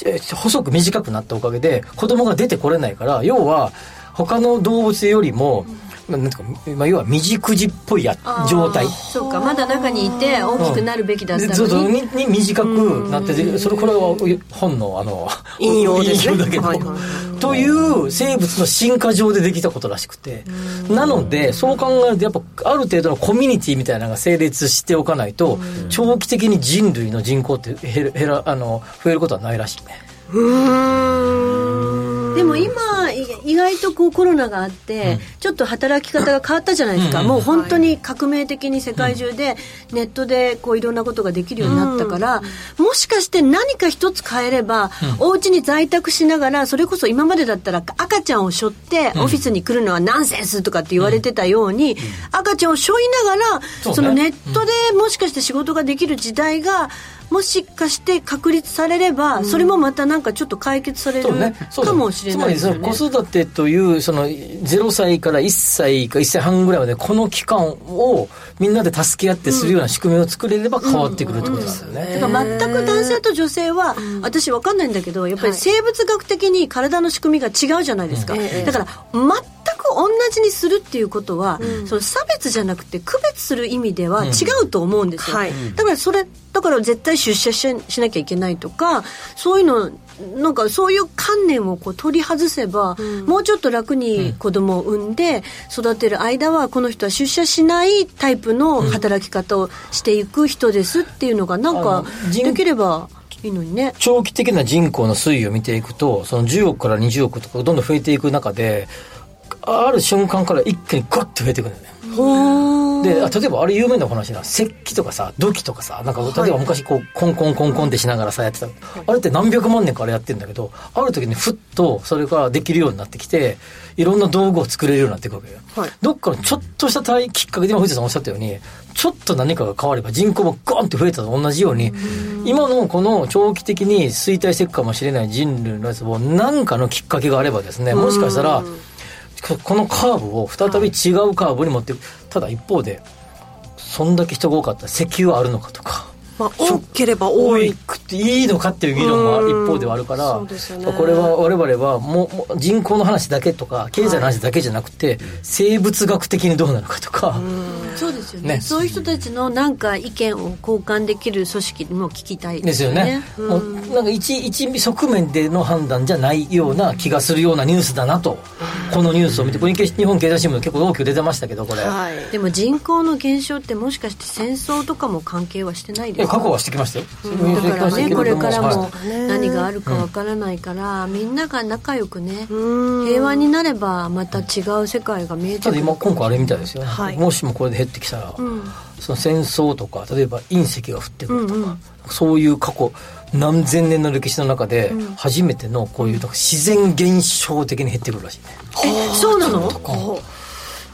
えー細く短くなったおかげで子供が出てこれないから要は他の動物よりも、なんていうか、まあ、要は未熟児っぽいや状態そうかまだ中にいて大きくなるべきだっでたそうそのうに、にに短くなっててそれこれは本のあの引用ですね引用だけど、はいはいはという生物の進化上でできたことらしくてなのでそう考えるとやっぱある程度のコミュニティみたいなのが成立しておかないと長期的に人類の人口って減る減らあの増えることはないらしいね。でも今い意外とこうコロナがあって、ちょっと働き方が変わったじゃないですか、もう本当に革命的に世界中でネットでこういろんなことができるようになったから、もしかして何か一つ変えれば、お家に在宅しながらそれこそ今までだったら赤ちゃんを背負ってオフィスに来るのはナンセンスとかって言われてたように、赤ちゃんを背負いながらそ,、そうねのネットでもしかして仕事ができる時代がもしかして確立されれば、それもまたなんかちょっと解決されるそうね、そうかもしれないですよつねまりその子育てというその0歳から1歳か1歳半ぐらいまでこの期間をみんなで助け合ってするような仕組みを作れれば変わってくるってことなんだよね。だから全く男性と女性は、私分かんないんだけどやっぱり生物学的に体の仕組みが違うじゃないですか、だから全く同じにするっていうことは、その差別じゃなくて区別する意味では違うと思うんですよ、はいだからそれだから絶対出社ししなきゃいけないとかそういうのなんかそういう観念をこう取り外せば、もうちょっと楽に子供を産んで育てる間はこの人は出社しないタイプの働き方をしていく人ですっていうのがなんあかの人できればいいのにね。長期的な人口の推移を見ていくとその10億から20億とかどんどん増えていく中である瞬間から一気にガッと増えていくんだよね。であ例えばあれ有名なお話な石器とかさ土器とかさなんか例えば昔こうコンコンコンコンってしながらさやってた、あれって何百万年からやってんだけどある時にふっとそれができるようになってきていろんな道具を作れるようになっていくわけよ、はいどっかのちょっとした体きっかけで今藤田さんおっしゃったようにちょっと何かが変われば人口もゴンって増えたと同じように今のこの長期的に衰退していくかもしれない人類のやつも何かのきっかけがあればですねもしかしたらここのカーブを再び違うカーブに持っていく、ただ一方でそんだけ人が多かったら石油はあるのかとかまあ、多ければ多いくていいのかっていう議論は一方ではあるから、そうですよねこれは我々はもうもう人口の話だけとか経済の話だけじゃなくて、生物学的にどうなのかとか、そうですよねねそういう人たちのなんか意見を交換できる組織も聞きたいですよねもうなんか一一側面での判断じゃないような気がするようなニュースだなと、このニュースを見てこれ日本経済新聞結構大きく出てましたけどこれ、はいでも人口の減少ってもしかして戦争とかも関係はしてないいでやすか過去はしてきましたよ、だからしてきましたけねどこれからはいも何があるかわからないから、みんなが仲良くね平和になればまた違う世界が見えてたくだる今今回あれみたいですよね、はいもしもこれで減ってきたら、その戦争とか例えば隕石が降ってくるとか、そういう過去何千年の歴史の中で初めてのこういうなんか自然現象的に減ってくるらしいね、えそうなのこう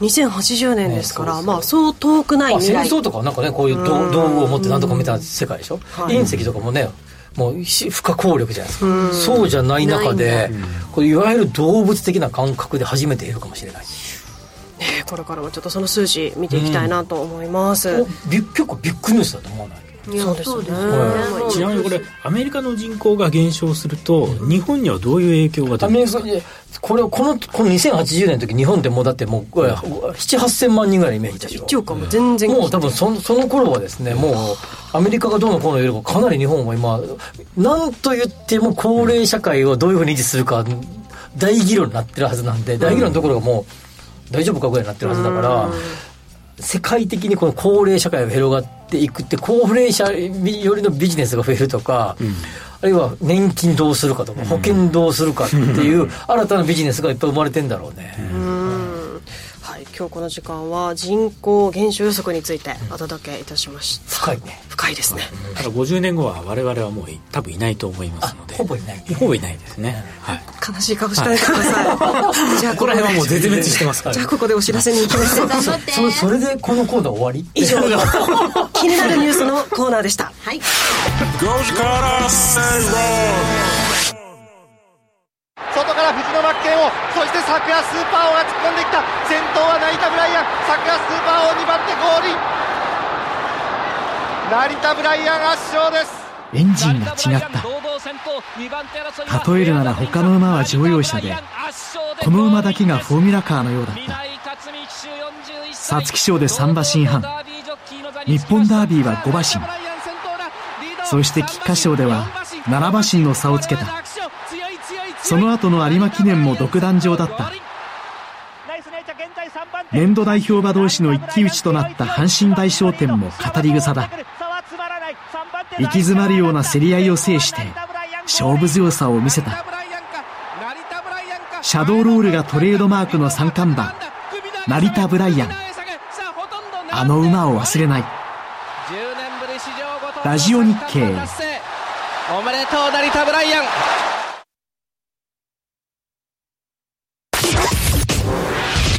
2080年ですから、まあそう遠くないまあ、未戦来争とかはなんかねこういう道道具を持ってなんとかみたいな世界でしょ、隕石とかもねもうし不可抗力じゃないですか、そうじゃない中でこれいわゆる動物的な感覚で初めて減るかもしれないねこれからもちょっとその数字見ていきたいなと思います、これびっ結構ビッグニュースだと思わないいやそうですよねはちなみにこれアメリカの人口が減少すると日本にはどういう影響が出アるんメでリすカかいやこれをこのこの2080年の時日本ってもうだってもう78000万人ぐらいのイメージでしょ一応かも全然もう多分そのその頃はですねもうアメリカがどうのこうのよりもかなり日本は今なんと言っても高齢社会をどういうふうに維持するか大議論になってるはずなんで大議論のところがもう大丈夫かぐらいになってるはずだから世界的にこの高齢社会が広がっていくって高齢者よりのビジネスが増えるとか、あるいは年金どうするかとか保険どうするかって いう新たなビジネスがいっぱい生まれてんだろうね。はい、今日この時間は人口減少予測についてお届けいたしました深いね深いですね、ただ50年後は我々はもうい多分いないと思いますのでほぼいないほぼいないですね、はい、悲しい顔しないでくださいじゃあこここられ辺はもう絶滅してますからじゃあここでお知らせに行きま しょうそれそれでこのコーナー終わり以上 気になるニュースのコーナーでしたはい Goji Kara Say 外から藤野真剣をそして桜スーパー王が突っ込んできた先頭は成田ブライアン桜スーパー王2番手ゴールイン成田ブライアン圧勝ですエンジンが違った例えるなら他の馬は乗用車でこの馬だけがフォーミュラカーのようだった皐月賞で3馬身半日本ダービーは5馬身そして菊花賞では7馬身の差をつけたその後の有馬記念も独壇場だった年度代表馬同士の一騎打ちとなった阪神大賞典も語り草だ行き詰まるような競り合いを制して勝負強さを見せたシャドーロールがトレードマークの三冠馬成田ブライアンあの馬を忘れないラジオ日経おめでとう成田ブライアン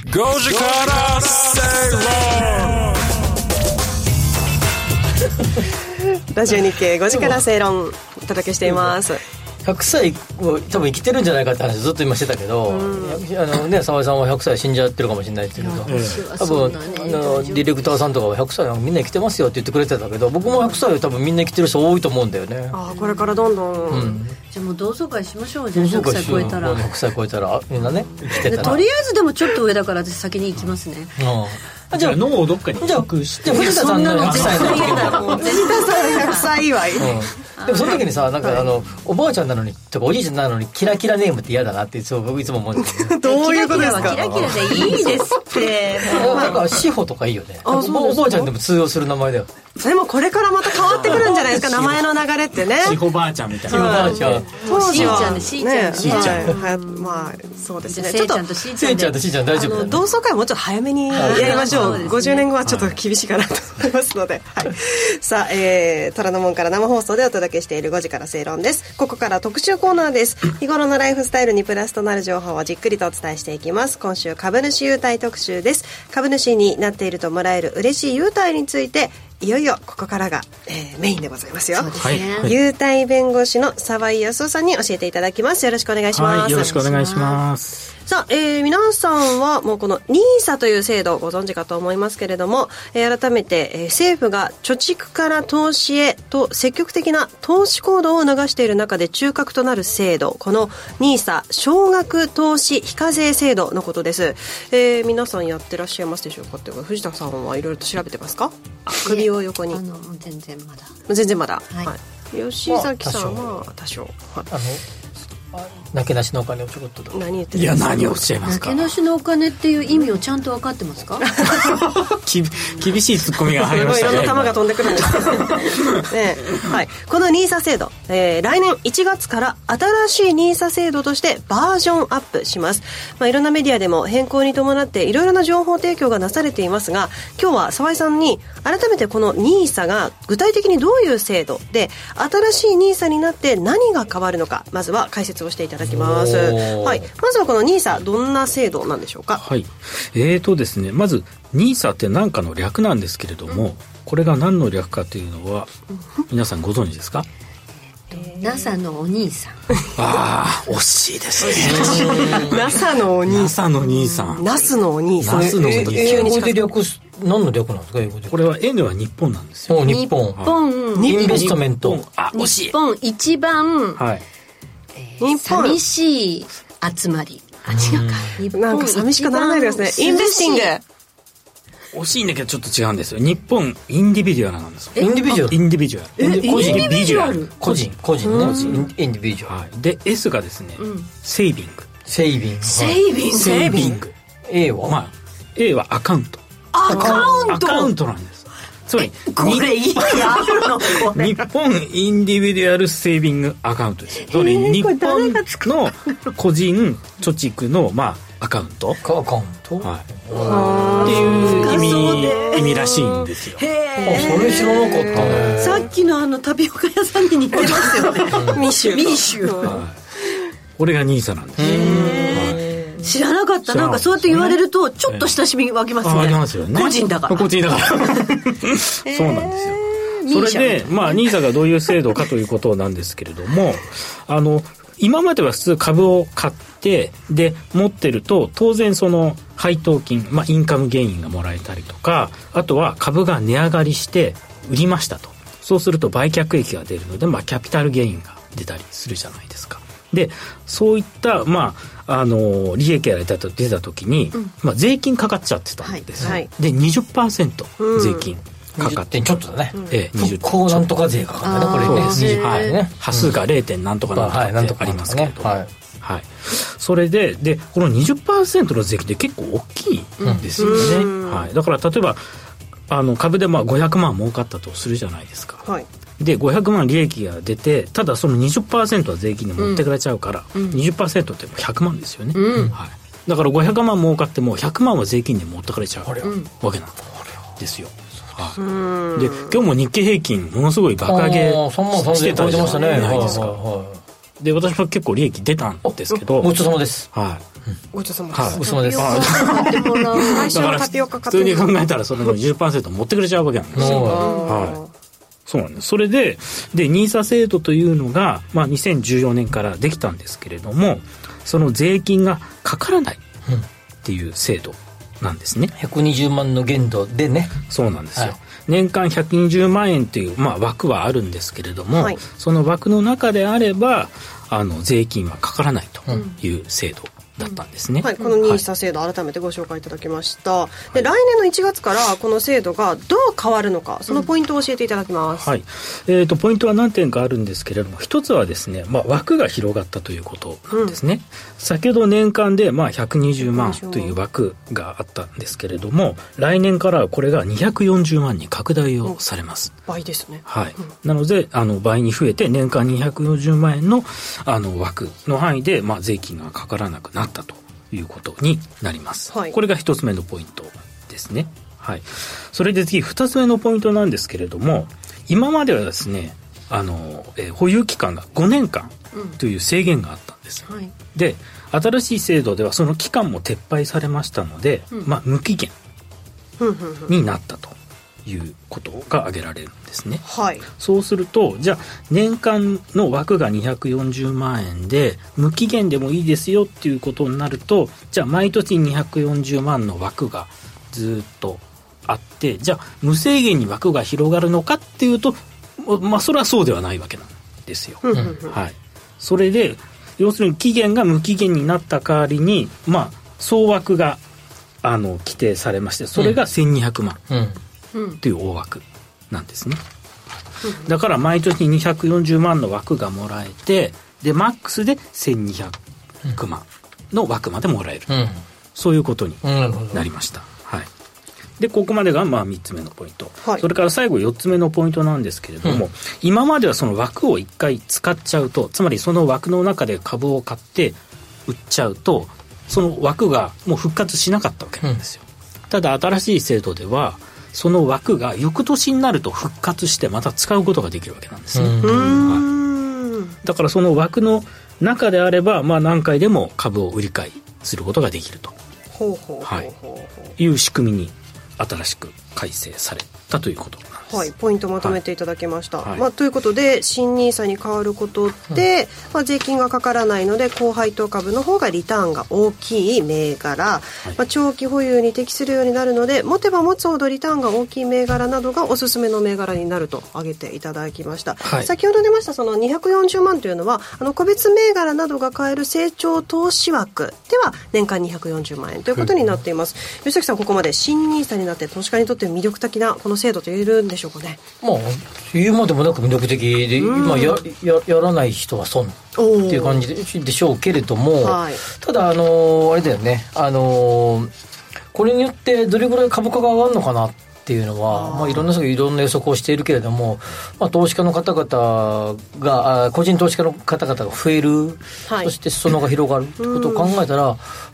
Goji Kara Say ラジオ日経5時から正論お届けしています100歳を多分生きてるんじゃないかって話ずっと今してたけど、あのね澤井さんは100歳死んじゃってるかもしれないって言うけど、多分あのディレクターさんとかは100歳はみんな生きてますよって言ってくれてたけど僕も100歳は多分みんな生きてる人多いと思うんだよねああこれからどんどん、 じゃあもう同窓会しましょうじゃあ100歳超えたら100歳超えたらみんなね生きてたらとりあえずでもちょっと上だから私先に行きますねうんあじじゃゃああ脳をどっかにじゃあじゃあ藤田さんの100歳の嫌だもう絶対100歳祝いうんでもその時にさなんかあのおばあちゃんなのにとかおじいちゃんなのにキラキラネームって嫌だなっていつも僕いつも思うんですけどどういうことですキラキラはキラキラでいいですってなんか志保とかいいよねあそうですかおばあちゃんでも通用する名前だよかでもこれからまた変わってくるんじゃない ですか名前の流れってね地方ばあちゃんみたいおなばあちゃん当時はもうしーちゃんでしーちゃんねはいはいまあそうですじゃあねせいちゃんとしーちゃせんいちゃんとでしーちゃん大あ丈夫だのよね 同窓会もうちょっと早めにやりましょはう、い50年後はちょっと厳しいかなと思いますので、はいさあ、えー、虎ノ門から生放送でお届けしている5時から正論ですここから特集コーナーです日頃のライフスタイルにプラスとなる情報をじっくりとお伝えしていきます今週株主優待特集です株主になっているともらえる嬉しい優待についていよいよここからが、えーメインでございますよはい、はい優待弁護士の沢井康夫さんに教えていただきますよろしくお願いします、はい、よろしくお願いしますさあ、えー、皆さんはもうこの NISA という制度をご存知かと思いますけれども、えー改めて、えー政府が貯蓄から投資へと積極的な投資行動を促している中で中核となる制度この NISA 少額投資非課税制度のことです、えー皆さんやってらっしゃいますでしょうかっていうか藤田さんはいろいろと調べてますかあ首を横にあの全然まだ全然まだ、ははいい吉崎さんは多少、はいあのなけなしのお金をちょこっとと何言っているやんですか何をおっしゃいますなかけなしのお金っていう意味をちゃんと分かってますかき厳しいツッコミが入りま しすたごいいろねんな球が飛んでくるんですけどねえはい、この NISA 制度、えー来年1月から新しい NISA 制度としてバージョンアップします、まあ、いろんなメディアでも変更に伴っていろいろな情報提供がなされていますが今日は沢井さんに改めてこの NISA が具体的にどういう制度で新しい NISA になって何が変わるのかまずは解説をしていただきます、おーはい、まずはこの NISA どんな制度なんでしょうかはい。えーとですね、まず NISA って何かの略なんですけれども、これが何の略かというのは皆さんご存知ですか？ NASA のお兄さんああ、惜しいですね。 NASA のお兄さ NASA の兄さんん。ナスのお兄さんナスのお兄さん英語で略す何の略なんですか英語でこれは N は日本なんですよ。もう日本日本インベストメントあ、惜し日い。本一番はい。日本寂しい集まりあ違うか日本なんか寂しくならないでください。インベスティング。惜しいんだけどちょっと違うんですよ。日本インディビデュアルなんですよ。インディビジュアイルンディビジュアル。個人ビジュアル。個人個人ねインディビジュアルはい。で S がですね、セービング。セイビングセービングセイビング A はまあ A はアカウント。あアカウントアカウントなんですつまりこれ意味 あるのこれ日本インディビデュアルセービングアカウントですつまり日本の個人貯蓄のまあアカウントアカウント、はい、っていう意味意味らしいんですよあそれ知らなかったねさっきのあのタピオカ屋さんに似てます よねミッシュミッシュこれがニーサなんです知らなかった知らななんかかったそうやって言われるとちょっと親しみ湧きますね,、あありますよね個人だから個 人だからそうなんですよそれで、まあ、ニーサがどういう制度かということなんですけれども、あの、今までは普通株を買って、で、持ってると、当然その配当金、まあ、インカムゲインがもらえたりとか、あとは株が値上がりして売りましたと。そうすると売却益が出るので、まあ、キャピタルゲインが出たりするじゃないですか。で、そういった、まあ、あの、利益が出たと出た時に、まあ、税金かかっちゃってたんです。はいはいで、20%税金かかって、ちょっとだね、ええ復興なんとか税がかかるねこれそうねですね、は20%いね、端数が 0. 点なんとかなんとかってありますけれど、はいそれででこの20%の税金って結構大きいんですよね、はい、だから例えばあの株でまあ500万儲かったとするじゃないですかはいで500万利益が出てただその20%は税金で持ってくれちゃうから、20%って100万ですよね、はい、だから500万儲かっても100万は税金で持ってかれちゃうわけなんですよ、はいで今日も日経平均ものすごいバカ上げあー3万3000してた超えてじゃましたねないですか、はいはで私も結構利益出たんですけどごちそうさまですはいごちそうさまはいです。ごちそうさまタピオカ買ですってもらう最初だかのらタピオカ普買通ってにもらう考えたらそれの10%持ってくれちゃうわけなんですよ、はい、そうなんですそれでで NISA 制度というのが、まあ、2014年からできたんですけれどもその税金がかからないっていう制度なんですね、 120万の限度でねそうなんですよ、はい年間120万円という、まあ、枠はあるんですけれども、はいその枠の中であればあの税金はかからないという制度だったんですね、はい、このニーサ制度改めてご紹介いただきました、で来年の1月からこの制度がどう変わるのかそのポイントを教えていただきます、はいえー、とポイントは何点かあるんですけれども一つはですね、まあ、枠が広がったということなんですね、先ほど年間でまあ120万という枠があったんですけれども来年からはこれが240万に拡大をされます、倍ですねはい、なのであの倍に増えて年間240万円のあの枠の範囲で、まあ、税金がかからなくなったということになります、はいこれが一つ目のポイントですね、はい、それで次二つ目のポイントなんですけれども今まではですねあの、えー保有期間が5年間という制限があったんです、はいで新しい制度ではその期間も撤廃されましたので、うんまあ、無期限ふんふんふんになったということが挙げられるんですねはいそうすると、じゃあ、年間の枠が240万円で、無期限でもいいですよっていうことになると、じゃあ、毎年240万の枠がずっとあって、じゃあ、無制限に枠が広がるのかっていうと、おまあ、それはそうではないわけなんですよ。うんうんうんはい。それで、要するに期限が無期限になった代わりに、まあ、総枠が、あの、規定されまして、それが1200万という大枠なんですね。だから毎年240万の枠がもらえてでマックスで1200万の枠までもらえる、うんそういうことにうんほどなりました、はい、でここまでがまあ3つ目のポイント、それから最後4つ目のポイントなんですけれども、今まではその枠を1回使っちゃうとつまりその枠の中で株を買って売っちゃうとその枠がもう復活しなかったわけなんですよ、ただ新しい制度ではその枠が翌年になると復活してまた使うことができるわけなんですね、はい、だからその枠の中であれば、まあ、何回でも株を売り買いすることができるとほうほうほうはいいう仕組みに新しく改正されたということなんですはい、ポイントまとめていただきました、はいまあ、ということで新ニーサに変わることで、まあ、税金がかからないので高配当株の方がリターンが大きい銘柄、まあ、長期保有に適するようになるので持てば持つほどリターンが大きい銘柄などがおすすめの銘柄になると挙げていただきました、はい先ほど出ましたその240万というのはあの個別銘柄などが買える成長投資枠では年間240万円ということになっています、吉崎さんここまで新ニーサになって投資家にとって魅力的なこの制度と言えるんでしょうかねまあ言うまでもなく魅力的で、うんまあ、やややらない人は損っておーいう感じででしょうけれども、はいただあのーあれだよねあのーこれによってどれぐらい株価が上がるのかなっていうのはまあ、いろんな人がいろんな予測をしているけれども、まあ、投資家の方々があ個人投資家の方々が増える、はいそして裾野が広がるってことを考えたら、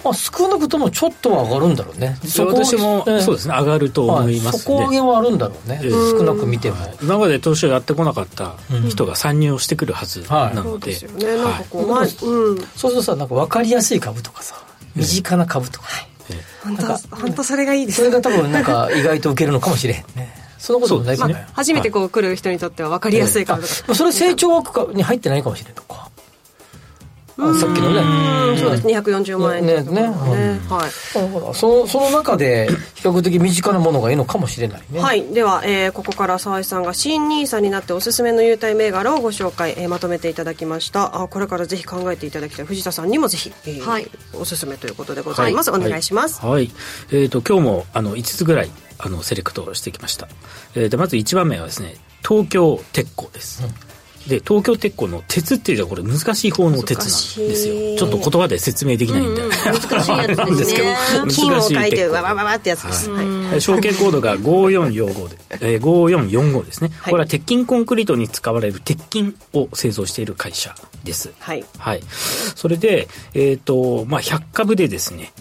まあ、少なくともちょっとは上がるんだろうねそこ私もええそうですね上がると思いますねそこ上げはあるんだろうね、ええ少なく見ても、今まで投資をやってこなかった人が参入をしてくるはずなので、ねなんかこう、まあうんそうするとさなんか分かりやすい株とかさ身近な株とかさ、本当本当それがいいですそれが多分なんか意外と受けるのかもしれん ねそんなこともないかまもあね、初めてこう来る人にとっては分かりやすいからあそれ成長枠に入ってないかもしれんとかあさっきのねそうです240万円ねねねねはいうんそその中で比較的身近なものがいいのかもしれないねはい。では、えーここから沢井さんが新ニーサになっておすすめの優待銘柄をご紹介、えーまとめていただきました。あこれからぜひ考えていただきたい藤田さんにもぜひ、えーはいおすすめということでございます。お願いします。はい、はいえっ、と今日もあの5つぐらいあのセレクトしてきました、えー、とまず1番目はですね東京鉄鋼です、で東京鉄鋼の鉄っていうのはこれ難しい方の鉄なんです難しいよちょっと言葉で説明できないんで、難 しいやつあれなんですけど難しい鉄金鋼を書いて、わわわわってやつです。はい。えー証券コードが5445で、えー、5445ですね、これは鉄筋コンクリートに使われる鉄筋を製造している会社ですはい。はい。それで、えっ、と、まあ、100株でですね、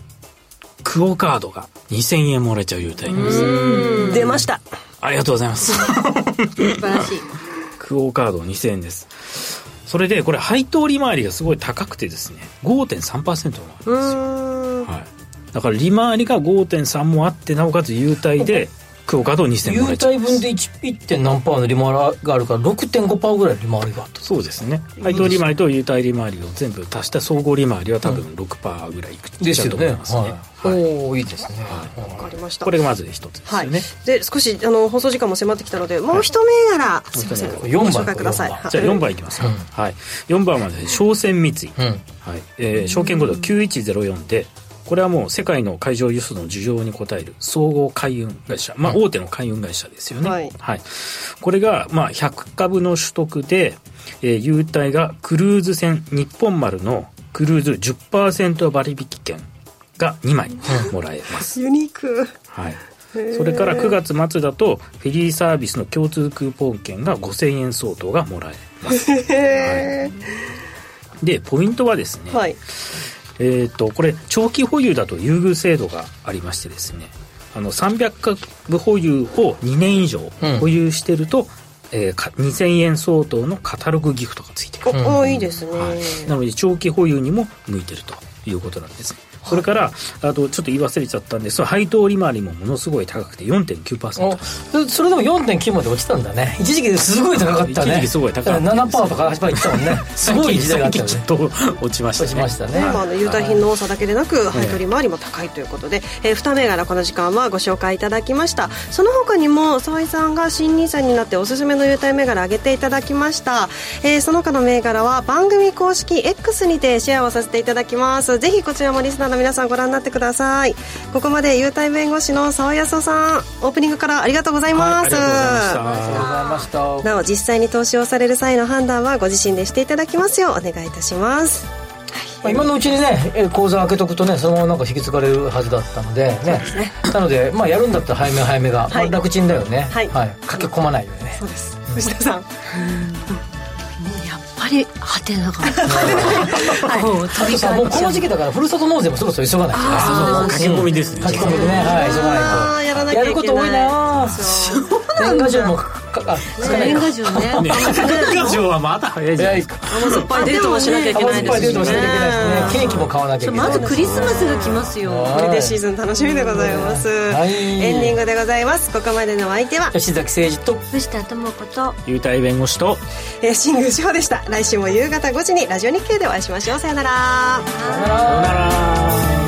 クオカードが2000円もらえちゃう優待なんです。出ました。ありがとうござい ます。素晴らしいクオカード2000円です。それで、これ配当利回りがすごい高くてですね、5.3%もあるんですよ。はい。だから利回りが5.3もあって、なおかつ優待で、クオカード2000円優もらえちゃう待。分で 1, 1. 何パーの利回りがあるから6.5%ぐらいの利回りがあったそうですね。配当利回りと優待利回りを全部足した総合利回りは多分6%ぐらいいくっですちゃうよとね思いますね。はい、おおいいですね、わかりました。これがまず一つですはよいね。。で、少し、あの、放送時間も迫ってきたので、もう一銘柄、すいません。四ご番紹介ください。四番はいじゃあ4番いきますか、はい、4番はね商船三井、うんはいえー証券コード9104でこれはもう世界の海上輸送の需要に応える総合海運会社、まあ、大手の海運会社ですよね、はいこれがまあ100株の取得で、えー優待がクルーズ船日本丸のクルーズ10%割引券が2枚もらえますユニーク。はい、それから9月末だとフェリーサービスの共通クーポン券が5000円相当がもらえます、はい、でポイントはですね、はい。えー、とこれ長期保有だと優遇制度がありましてですねあの300株保有を2年以上うん保有してると、えーか2000円相当のカタログギフトがついてくるお、おいいですね。はい、なので長期保有にも向いてるということなんですねそれからあとちょっと言い忘れちゃったんですが配当利回りもものすごい高くて4.9%おそれでも4.9まで落ちたんだね一時期すごい高かったね一時期すごい高かったです7%とか8%いってたもん ねすごい時代があったよね最近ちょっと落ちました落ねちましたねね、まあ、あの優待品の多さだけでなく配当利回りも高いということで、えー、2銘柄この時間はご紹介いただきましたその他にも沢井さんが新ニーサになっておすすめの優待銘柄挙げていただきました、えー、その他の銘柄は番組公式 X にてシェアをさせていただきますぜひこちらもリスナーの皆さんご覧になってくださいここまで優待弁護士の沢井康夫さんオープニングからありがとうございはいあまりす、がとうございましたありがとうございましたなお実際に投資をされる際の判断はご自身でしていただきますようお願いいたしますまあ、今のうちにねえー口座開けとくとねそのままなんか引き継がれるはずだったのでねなので、まあ、やるんだったら早め早めが、まあはい楽ちんだよねはい駆け込まないよねそうです藤田さんやっぱり果てなかったこうあ飛とび交さっもうこちゃのう時期だからふるさと納税もそろそろ急がないとねあー駆け込みですね駆け込みでねはい急があーやらなないきゃいけなとやいること多いなそう年賀状もかかあ書かないか年賀状ねね 以上はまだ早いじゃな早いいですかか甘酸っぱいデートもしなきゃいけな甘酸いでっぱすいデートもしなきゃいけないですねねケーキも買わなきゃいけないまずクリスマスが来ますはよいこれでシーズン楽しみでございます、はいエンディングでございますここまでのお相手は、吉崎誠二と藤田智子と優待弁護士とえー、新宮志保でした来週も夕方5時にラジオ日経でお会いしましょうさよならさよなら